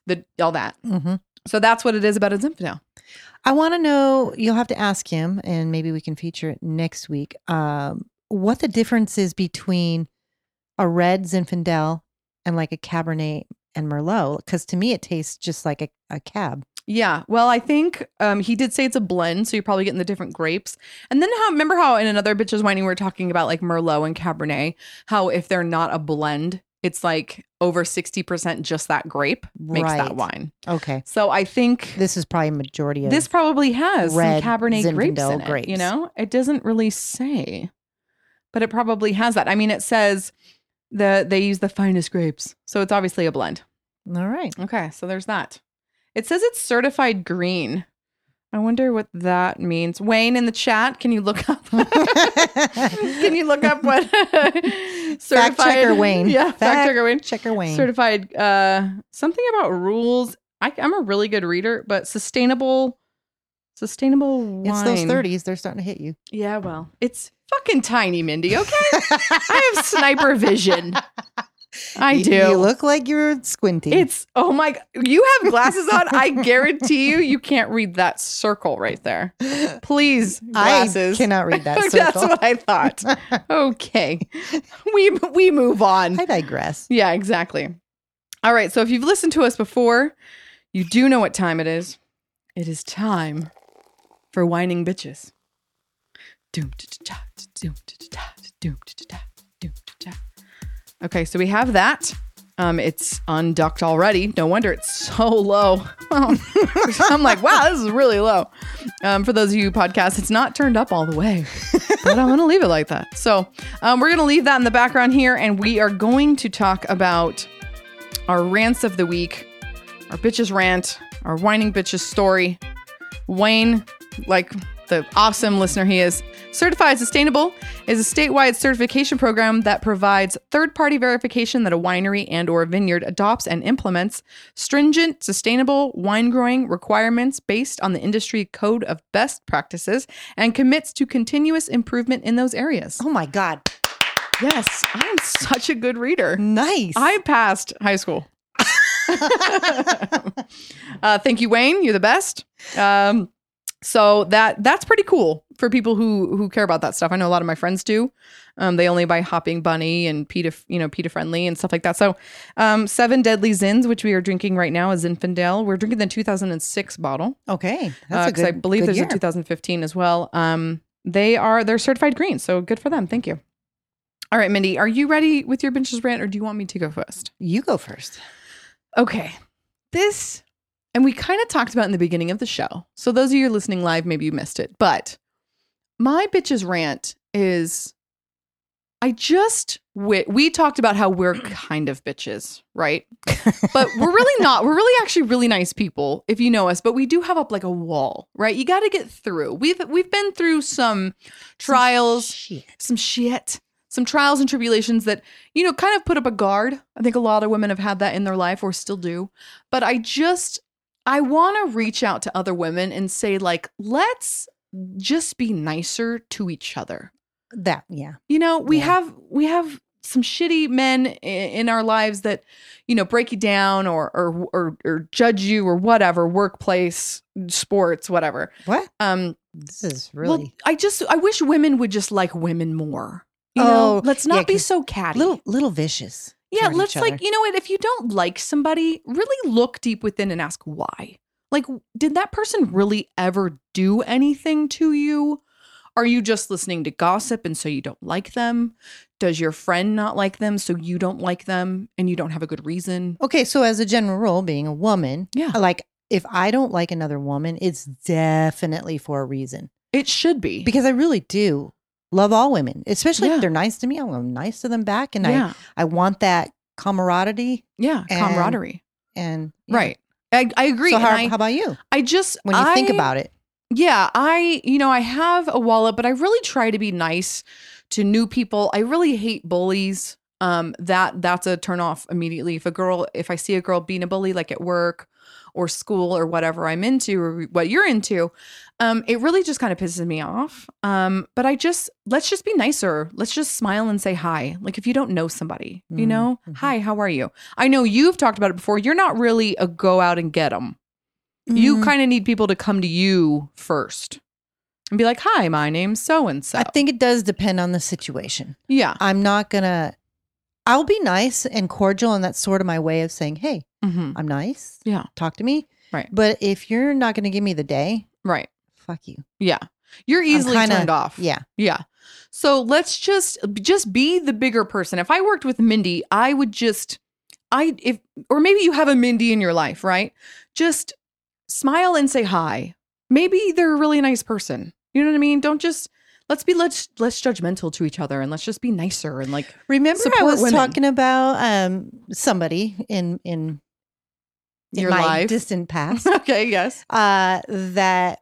[SPEAKER 2] the, all that.
[SPEAKER 1] hmm
[SPEAKER 2] So that's what it is about a Zinfandel.
[SPEAKER 1] I want to know. You'll have to ask him, and maybe we can feature it next week. Um, what the difference is between a red Zinfandel and like a Cabernet and Merlot? Because to me, it tastes just like a, a cab.
[SPEAKER 2] Yeah. Well, I think um, he did say it's a blend, so you're probably getting the different grapes. And then how remember how in another bitch's whining we were talking about like Merlot and Cabernet, how if they're not a blend, it's like over sixty percent just that grape makes
[SPEAKER 1] Right.
[SPEAKER 2] that wine.
[SPEAKER 1] Okay,
[SPEAKER 2] So I think this,
[SPEAKER 1] this is probably a majority of
[SPEAKER 2] probably has
[SPEAKER 1] Red
[SPEAKER 2] some Cabernet grapes
[SPEAKER 1] Zinfandel
[SPEAKER 2] in it. You
[SPEAKER 1] grapes.
[SPEAKER 2] know, it doesn't really say, but it probably has that. I mean, it says the they use the finest grapes, so it's obviously a blend.
[SPEAKER 1] All right,
[SPEAKER 2] Okay, so there's that. It says it's certified green. I wonder what that means. Wayne in the chat, can you look up? can you look up what certified
[SPEAKER 1] checker Wayne.
[SPEAKER 2] Yeah, fact,
[SPEAKER 1] Fact
[SPEAKER 2] checker Wayne.
[SPEAKER 1] checker Wayne.
[SPEAKER 2] Certified uh something about rules. I, I'm a really good reader, but sustainable sustainable wine.
[SPEAKER 1] it's those thirties; they're starting to hit you.
[SPEAKER 2] Yeah, well, it's fucking tiny, Mindy. Okay. I have sniper vision. I
[SPEAKER 1] You-
[SPEAKER 2] do.
[SPEAKER 1] You look like you're squinty.
[SPEAKER 2] It's oh my! g- You have glasses on. I guarantee you, you can't read that circle right there. Please,
[SPEAKER 1] I
[SPEAKER 2] glasses.
[SPEAKER 1] cannot read that circle.
[SPEAKER 2] That's what I thought. Okay, we we move on.
[SPEAKER 1] I digress.
[SPEAKER 2] Yeah, exactly. All right. So if you've listened to us before, you do know what time it is. It is time for whining bitches. Doom, da, da, da, da, doom, da, da, da, da, doom, da, da, da, doom, da, da. Okay, so we have that. Um, it's unducked already. No wonder it's so low. I'm like, wow, this is really low. Um, for those of you who podcast, it's not turned up all the way, but I'm going to leave it like that. So um, we're going to leave that in the background here, and we are going to talk about our rants of the week, our bitches rant, our whining bitches story. Wayne, like the awesome listener he is, Certified Sustainable is a statewide certification program that provides third-party verification that a winery and or vineyard adopts and implements stringent sustainable wine growing requirements based on the industry code of best practices and commits to continuous improvement in those areas.
[SPEAKER 1] Oh my god,
[SPEAKER 2] Yes, I am such a good reader.
[SPEAKER 1] nice.
[SPEAKER 2] I passed high school. uh, thank you, Wayne. You're the best. Um, so that that's pretty cool for people who who care about that stuff. I know a lot of my friends do. Um, they only buy Hopping Bunny and PETA, you know, PETA friendly and stuff like that. So, um, Seven Deadly Zins, which we are drinking right now, is Zinfandel. We're drinking the 2006 bottle
[SPEAKER 1] okay, that's a
[SPEAKER 2] because
[SPEAKER 1] good.
[SPEAKER 2] Uh, I believe
[SPEAKER 1] good
[SPEAKER 2] there's
[SPEAKER 1] year.
[SPEAKER 2] a 2015 as well. Um, they are they're certified green, so good for them. Thank you. All right, Mindy, are you ready with your benches rant, or do you want me to go first?
[SPEAKER 1] You go first.
[SPEAKER 2] Okay, this, and we kind of talked about in the beginning of the show. So those of you listening live, maybe you missed it, but my bitches rant is I just we, we talked about how we're kind of bitches, right? but we're really not. We're really actually really nice people if you know us, but we do have up like a wall, right? You got to get through. We've we've been through some trials,
[SPEAKER 1] Shit.
[SPEAKER 2] some shit, some trials and tribulations that, you know, kind of put up a guard. I think a lot of women have had that in their life or still do. But I just, I want to reach out to other women and say, like, let's just be nicer to each other.
[SPEAKER 1] That, yeah.
[SPEAKER 2] You know, we
[SPEAKER 1] Yeah.
[SPEAKER 2] have, we have some shitty men i- in our lives that, you know, break you down or, or, or, or judge you or whatever, workplace, sports, whatever.
[SPEAKER 1] What?
[SPEAKER 2] Um,
[SPEAKER 1] This is
[SPEAKER 2] well,
[SPEAKER 1] really
[SPEAKER 2] I just I wish women would just like women more. You know,
[SPEAKER 1] Oh,
[SPEAKER 2] let's
[SPEAKER 1] yeah,
[SPEAKER 2] not be
[SPEAKER 1] 'cause
[SPEAKER 2] so catty.
[SPEAKER 1] little little vicious.
[SPEAKER 2] yeah,
[SPEAKER 1] toward
[SPEAKER 2] let's
[SPEAKER 1] each
[SPEAKER 2] like
[SPEAKER 1] other.
[SPEAKER 2] you know what? If you don't like somebody, really look deep within and ask why. Like, did that person really ever do anything to you? Are you just listening to gossip and so you don't like them? Does your friend not like them so you don't like them and you don't have a good reason?
[SPEAKER 1] Okay, so as a general rule, being a woman,
[SPEAKER 2] Yeah.
[SPEAKER 1] like if I don't like another woman, it's definitely for a reason.
[SPEAKER 2] It should be.
[SPEAKER 1] Because I really do love all women, especially
[SPEAKER 2] Yeah.
[SPEAKER 1] if they're nice to me. I'm nice to them back, and
[SPEAKER 2] yeah,
[SPEAKER 1] I I want that camaraderie
[SPEAKER 2] yeah,
[SPEAKER 1] and-
[SPEAKER 2] camaraderie.
[SPEAKER 1] and yeah.
[SPEAKER 2] Right. I, I agree.
[SPEAKER 1] So
[SPEAKER 2] and
[SPEAKER 1] how,
[SPEAKER 2] I,
[SPEAKER 1] how about you?
[SPEAKER 2] I just
[SPEAKER 1] When you think
[SPEAKER 2] I-
[SPEAKER 1] about it,
[SPEAKER 2] Yeah, I, you know, I have a wallet, but I really try to be nice to new people. I really hate bullies. Um, that that's a turn off immediately. If a girl, if I see a girl being a bully, like at work or school or whatever I'm into or what you're into, um, it really just kind of pisses me off. Um, but I just let's just be nicer. Let's just smile and say hi. Like if you don't know somebody, you
[SPEAKER 1] Mm,
[SPEAKER 2] know,
[SPEAKER 1] mhm.
[SPEAKER 2] hi, how are you? I know you've talked about it before. You're not really a go out and get them. You
[SPEAKER 1] Mm,
[SPEAKER 2] kind of need people to come to you first and be like, "Hi, my name's so and so."
[SPEAKER 1] I think it does depend on the situation.
[SPEAKER 2] yeah,
[SPEAKER 1] I'm not gonna. I'll be nice and cordial, and that's sort of my way of saying, "Hey,
[SPEAKER 2] hmm
[SPEAKER 1] I'm nice.
[SPEAKER 2] Yeah.
[SPEAKER 1] talk to me."
[SPEAKER 2] Right.
[SPEAKER 1] But if you're not gonna give me the day,
[SPEAKER 2] right.
[SPEAKER 1] fuck you.
[SPEAKER 2] Yeah, you're easily
[SPEAKER 1] kinda-
[SPEAKER 2] turned off.
[SPEAKER 1] Yeah.
[SPEAKER 2] yeah. So let's just just be the bigger person. If I worked with Mindy, I would just I if or maybe you have a Mindy in your life, right? Just smile and say hi. Maybe they're a really nice person. You know what I mean? Don't just let's be let's less judgmental to each other and let's just be nicer and like
[SPEAKER 1] Remember, I
[SPEAKER 2] Support
[SPEAKER 1] was
[SPEAKER 2] women.
[SPEAKER 1] talking about um somebody in in, in
[SPEAKER 2] your
[SPEAKER 1] my
[SPEAKER 2] life.
[SPEAKER 1] distant past
[SPEAKER 2] okay. Yes.
[SPEAKER 1] uh, that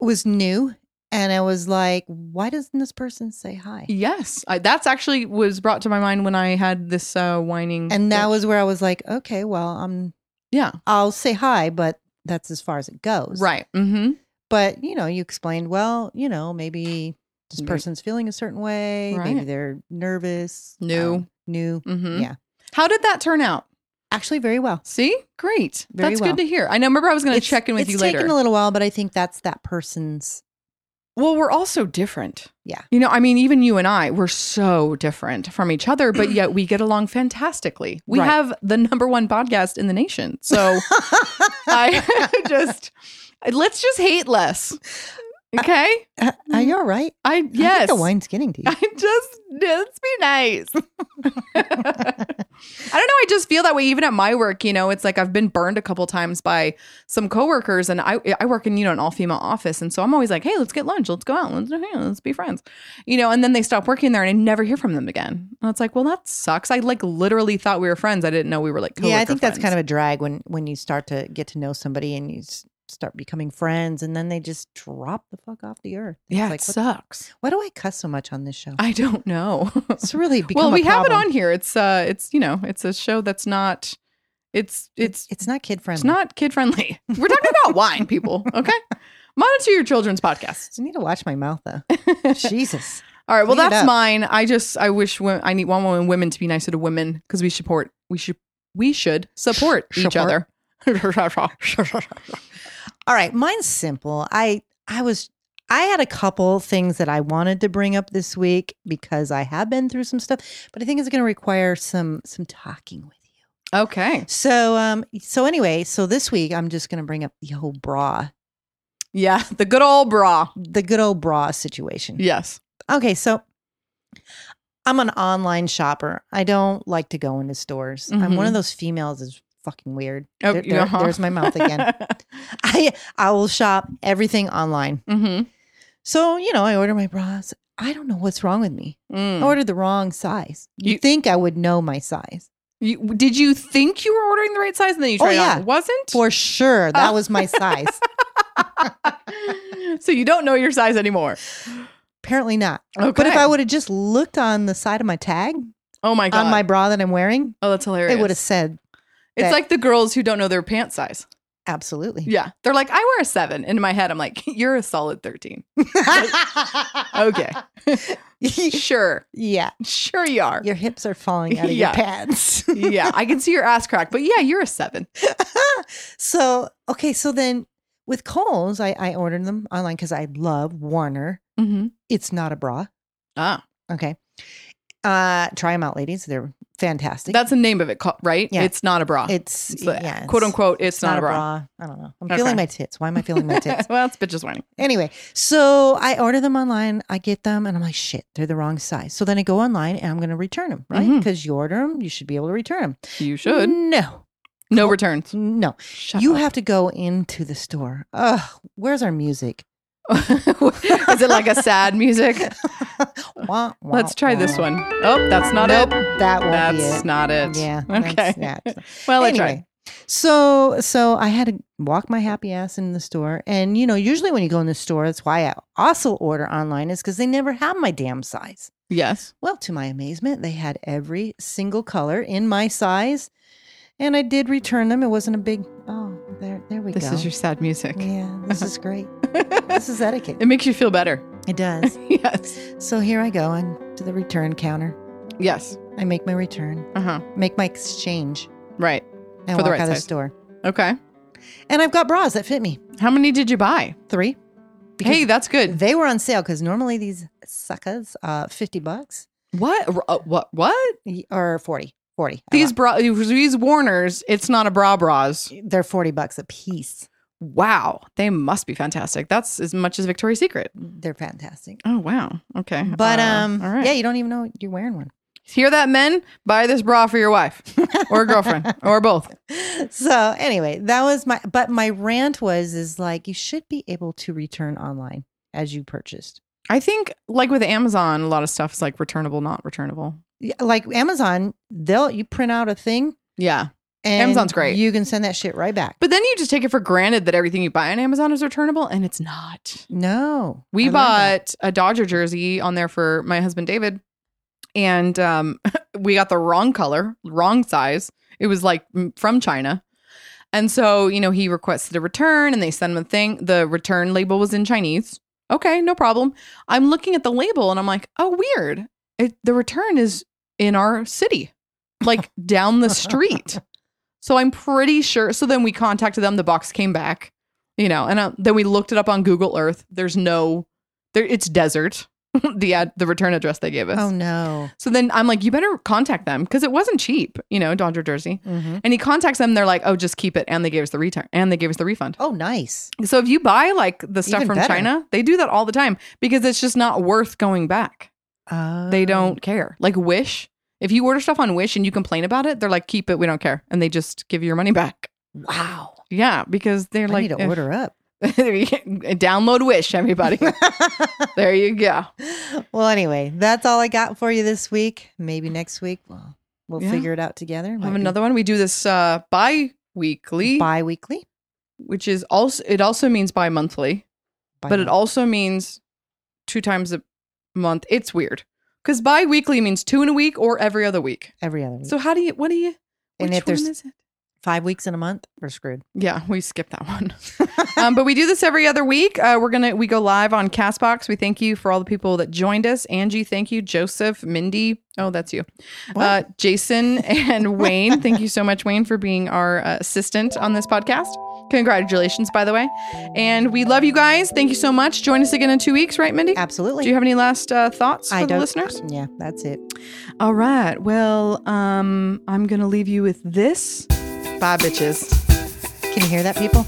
[SPEAKER 1] was new, and I was like, "Why doesn't this person say hi?"
[SPEAKER 2] Yes, I, that's actually was brought to my mind when I had this uh, whining,
[SPEAKER 1] And that
[SPEAKER 2] bitch.
[SPEAKER 1] was where I was like, "Okay, well, I'm
[SPEAKER 2] yeah,
[SPEAKER 1] I'll say hi, but that's as far as it goes."
[SPEAKER 2] right. Mm-hmm.
[SPEAKER 1] but you know you explained well you know maybe this
[SPEAKER 2] Maybe-
[SPEAKER 1] person's feeling a certain way maybe
[SPEAKER 2] Right.
[SPEAKER 1] they're nervous
[SPEAKER 2] New.
[SPEAKER 1] um, new
[SPEAKER 2] Mm-hmm.
[SPEAKER 1] Yeah.
[SPEAKER 2] How did that turn out?
[SPEAKER 1] actually very well
[SPEAKER 2] See, great.
[SPEAKER 1] Very
[SPEAKER 2] that's
[SPEAKER 1] well.
[SPEAKER 2] good to hear. I know. Remember, I was going to
[SPEAKER 1] It's-
[SPEAKER 2] check in with
[SPEAKER 1] it's
[SPEAKER 2] you later.
[SPEAKER 1] taken a little while but i think that's that person's
[SPEAKER 2] well, we're all so different.
[SPEAKER 1] Yeah.
[SPEAKER 2] You know, I mean, even you and I, we're so different from each other, but yet we get along fantastically. We
[SPEAKER 1] Right.
[SPEAKER 2] have the number one podcast in the nation. So I just let's just hate less. Okay.
[SPEAKER 1] uh, are you all right
[SPEAKER 2] I
[SPEAKER 1] I think
[SPEAKER 2] Mm. yes.
[SPEAKER 1] the wine's getting to you
[SPEAKER 2] I just let's be nice. I don't know. I just feel that way even at my work. You know, it's like I've been burned a couple times by some coworkers, and I I work in you know an all female office, and so I'm always like, hey, let's get lunch, let's go out, let's hey, let's be friends, you know. And then they stop working there, and I never hear from them again. And it's like, well, that sucks. I like literally thought we were friends. I didn't know we were like.
[SPEAKER 1] yeah i think that's kind of a drag when when you start to get to know somebody and you s- start becoming friends and then they just drop the fuck off the earth It's
[SPEAKER 2] yeah.
[SPEAKER 1] like
[SPEAKER 2] it
[SPEAKER 1] what-
[SPEAKER 2] sucks.
[SPEAKER 1] why do i cuss so much on this show
[SPEAKER 2] I don't know.
[SPEAKER 1] it's really become
[SPEAKER 2] well,
[SPEAKER 1] a
[SPEAKER 2] we have it
[SPEAKER 1] problem.
[SPEAKER 2] on here. It's uh, it's you know, it's a show that's not. It's it's
[SPEAKER 1] it's not kid friendly
[SPEAKER 2] It's not kid friendly. We're talking about wine, people. Okay. Monitor your children's podcasts.
[SPEAKER 1] i need to watch my mouth though jesus
[SPEAKER 2] All right. Well,
[SPEAKER 1] Clean it
[SPEAKER 2] that's
[SPEAKER 1] up.
[SPEAKER 2] mine. I just I wish wo- I need one woman women to be nicer to women because we support we should we should support
[SPEAKER 1] Sh-
[SPEAKER 2] each
[SPEAKER 1] support.
[SPEAKER 2] other.
[SPEAKER 1] All right, mine's simple. I I was I had a couple things that I wanted to bring up this week because I have been through some stuff, but I think it's going to require some some talking with you.
[SPEAKER 2] okay.
[SPEAKER 1] So um so anyway, so this week I'm just going to bring up the whole bra,
[SPEAKER 2] Yeah. The good old bra.
[SPEAKER 1] the good old bra situation.
[SPEAKER 2] Yes.
[SPEAKER 1] Okay, so I'm an online shopper. I don't like to go into stores. I'm one of those females is fucking weird.
[SPEAKER 2] Mm-hmm. Oh,
[SPEAKER 1] There-
[SPEAKER 2] you
[SPEAKER 1] there-
[SPEAKER 2] know, huh?
[SPEAKER 1] There's my mouth again. I I will shop everything online.
[SPEAKER 2] mm-hmm.
[SPEAKER 1] So, you know, I order my bras. I don't know what's wrong with me. I
[SPEAKER 2] Mm.
[SPEAKER 1] ordered the wrong size. You,
[SPEAKER 2] You-
[SPEAKER 1] think I would know my size.
[SPEAKER 2] You, did you think you were ordering the right size and then you
[SPEAKER 1] Oh,
[SPEAKER 2] tried it
[SPEAKER 1] yeah.
[SPEAKER 2] on? It wasn't?
[SPEAKER 1] For sure. That
[SPEAKER 2] Oh.
[SPEAKER 1] was my size.
[SPEAKER 2] so you don't know your size anymore.
[SPEAKER 1] Apparently not.
[SPEAKER 2] Okay.
[SPEAKER 1] But if I would have just looked on the side of my tag
[SPEAKER 2] oh my god,
[SPEAKER 1] on my bra that I'm wearing,
[SPEAKER 2] oh that's hilarious.
[SPEAKER 1] it would have said
[SPEAKER 2] it's
[SPEAKER 1] that-
[SPEAKER 2] like the girls who don't know their pant size.
[SPEAKER 1] absolutely.
[SPEAKER 2] Yeah, they're like, I wear a seven. In my head, I'm like, you're a solid thirteen. Okay, sure,
[SPEAKER 1] yeah.
[SPEAKER 2] sure you are.
[SPEAKER 1] Your hips are falling out of
[SPEAKER 2] Yeah.
[SPEAKER 1] your pants.
[SPEAKER 2] yeah, I can see your ass crack, but yeah, you're a seven.
[SPEAKER 1] so, okay. So then with Kohl's, I, I ordered them online because I love Warner.
[SPEAKER 2] Mm-hmm.
[SPEAKER 1] It's not a bra.
[SPEAKER 2] Ah,
[SPEAKER 1] Okay. Uh, try them out, ladies. They're fantastic.
[SPEAKER 2] that's the name of it, co- right?
[SPEAKER 1] Yeah.
[SPEAKER 2] It's not a bra.
[SPEAKER 1] it's,
[SPEAKER 2] It's the-
[SPEAKER 1] yeah,
[SPEAKER 2] quote
[SPEAKER 1] it's-
[SPEAKER 2] unquote. It's,
[SPEAKER 1] It's
[SPEAKER 2] not, a bra.
[SPEAKER 1] I don't know. I'm
[SPEAKER 2] Okay.
[SPEAKER 1] feeling my tits. Why am I feeling my tits?
[SPEAKER 2] well, it's bitches whining.
[SPEAKER 1] anyway, so I order them online. I get them and I'm like, shit, they're the wrong size. So then I go online and I'm going to return them, right?
[SPEAKER 2] Mhm.
[SPEAKER 1] Because you order them, you should be able to return them.
[SPEAKER 2] You should.
[SPEAKER 1] No,
[SPEAKER 2] No returns.
[SPEAKER 1] no.
[SPEAKER 2] Shut
[SPEAKER 1] Mm, you
[SPEAKER 2] up.
[SPEAKER 1] have to go into the store. Ugh, where's our music?
[SPEAKER 2] Is it like a sad music?
[SPEAKER 1] Wah, wah,
[SPEAKER 2] Let's try this
[SPEAKER 1] wah.
[SPEAKER 2] one. Oh, that's not
[SPEAKER 1] Nope,
[SPEAKER 2] it.
[SPEAKER 1] that won't
[SPEAKER 2] That's
[SPEAKER 1] be it.
[SPEAKER 2] not it.
[SPEAKER 1] Yeah.
[SPEAKER 2] Okay.
[SPEAKER 1] that's- yeah, it's not-
[SPEAKER 2] Well, I tried.
[SPEAKER 1] anyway, so so I had to walk my happy ass in the store, and you know, usually when you go in the store, that's why I also order online is because they never have my damn size.
[SPEAKER 2] Yes.
[SPEAKER 1] Well, to my amazement, they had every single color in my size, and I did return them. It wasn't a big oh, there there we
[SPEAKER 2] This
[SPEAKER 1] go.
[SPEAKER 2] is your sad music.
[SPEAKER 1] yeah, this is great. this is etiquette.
[SPEAKER 2] It makes you feel better.
[SPEAKER 1] It does.
[SPEAKER 2] yes.
[SPEAKER 1] So here I go on to the return counter.
[SPEAKER 2] Yes.
[SPEAKER 1] I make my return,
[SPEAKER 2] Uh huh.
[SPEAKER 1] make my exchange,
[SPEAKER 2] Right.
[SPEAKER 1] and
[SPEAKER 2] For
[SPEAKER 1] walk
[SPEAKER 2] the right
[SPEAKER 1] out of the
[SPEAKER 2] size.
[SPEAKER 1] store.
[SPEAKER 2] Okay.
[SPEAKER 1] And I've got bras that fit me.
[SPEAKER 2] How many did you buy?
[SPEAKER 1] Three.
[SPEAKER 2] hey, that's good.
[SPEAKER 1] They were on sale because normally these suckers, uh, 50 bucks
[SPEAKER 2] What? R- uh, what? What?
[SPEAKER 1] y- or 40, 40. I
[SPEAKER 2] These bra, these Warners. It's not a bra bras.
[SPEAKER 1] want- They're 40 bucks a piece.
[SPEAKER 2] Wow, they must be fantastic. That's as much as Victoria's Secret.
[SPEAKER 1] They're fantastic.
[SPEAKER 2] Oh wow. Okay.
[SPEAKER 1] But
[SPEAKER 2] Uh,
[SPEAKER 1] um,
[SPEAKER 2] all right.
[SPEAKER 1] yeah, you don't even know you're wearing one.
[SPEAKER 2] Hear that, men? Buy this bra for your wife or girlfriend or both.
[SPEAKER 1] So anyway, that was my. But my rant was is like you should be able to return online as you purchased.
[SPEAKER 2] I think, like with Amazon, a lot of stuff is like returnable, not returnable.
[SPEAKER 1] Yeah, Like Amazon, they'll you print out a thing.
[SPEAKER 2] Yeah.
[SPEAKER 1] And
[SPEAKER 2] Amazon's great.
[SPEAKER 1] You can send that shit right back.
[SPEAKER 2] But then you just take it for granted that everything you buy on Amazon is returnable, and it's not.
[SPEAKER 1] No, I
[SPEAKER 2] We
[SPEAKER 1] learned that.
[SPEAKER 2] bought a Dodger jersey on there for my husband David, and um, we got the wrong color, wrong size. It was like m- from China. And so, you know, he requested a return and they sent him a thing. The return label was in Chinese. Okay, no problem. I'm looking at the label and I'm like, oh, weird. It, the return is in our city, like down the street. So I'm pretty sure. So then we contacted them. The box came back, you know, and uh, then we looked it up on Google Earth. There's no, there. It's desert. the ad, the return address they gave us.
[SPEAKER 1] Oh no.
[SPEAKER 2] So then I'm like, you better contact them because it wasn't cheap, you know, Dodger jersey.
[SPEAKER 1] Mhm.
[SPEAKER 2] And he contacts them. They're like, oh, just keep it. And they gave us the return. And they gave us the refund.
[SPEAKER 1] Oh nice.
[SPEAKER 2] So if you buy like the stuff
[SPEAKER 1] Even
[SPEAKER 2] from
[SPEAKER 1] better.
[SPEAKER 2] China, they do that all the time because it's just not worth going back.
[SPEAKER 1] Oh.
[SPEAKER 2] They don't care. Like Wish, if you order stuff on Wish and you complain about it, they're like, keep it. We don't care. And they just give you your money back.
[SPEAKER 1] Oh, Wow.
[SPEAKER 2] Yeah, because they're
[SPEAKER 1] I
[SPEAKER 2] like,
[SPEAKER 1] need to
[SPEAKER 2] eh,
[SPEAKER 1] order up.
[SPEAKER 2] download Wish, everybody. there you go.
[SPEAKER 1] well, anyway, that's all I got for you this week. Maybe next week, well, we'll
[SPEAKER 2] Yeah.
[SPEAKER 1] figure it out together.
[SPEAKER 2] I have another one. We do this uh, bi weekly,
[SPEAKER 1] bi weekly,
[SPEAKER 2] which is also, it also means bi monthly, but it also means two times a month. It's weird because bi weekly means two in a week or every other week.
[SPEAKER 1] every other week.
[SPEAKER 2] So, how do you, what do you,
[SPEAKER 1] And
[SPEAKER 2] which
[SPEAKER 1] if there's-
[SPEAKER 2] one is it?
[SPEAKER 1] Five weeks in a month, we're screwed.
[SPEAKER 2] Yeah, we skipped that one. um, but we do this every other week. Uh, we're gonna we go live on Castbox. We thank you for all the people that joined us. Angie, thank you. Joseph, Mindy, oh that's you. Uh,
[SPEAKER 1] What?
[SPEAKER 2] Jason and Wayne, thank you so much, Wayne, for being our uh, assistant on this podcast. Congratulations, by the way. And we love you guys. Thank you so much. Join us again in two weeks, right, Mindy?
[SPEAKER 1] Absolutely.
[SPEAKER 2] Do you have any last uh, thoughts for
[SPEAKER 1] I
[SPEAKER 2] the
[SPEAKER 1] don't-
[SPEAKER 2] listeners?
[SPEAKER 1] yeah, that's it.
[SPEAKER 2] All right. Well, um, I'm gonna leave you with this. Bye, bitches.
[SPEAKER 1] Can you hear that, people?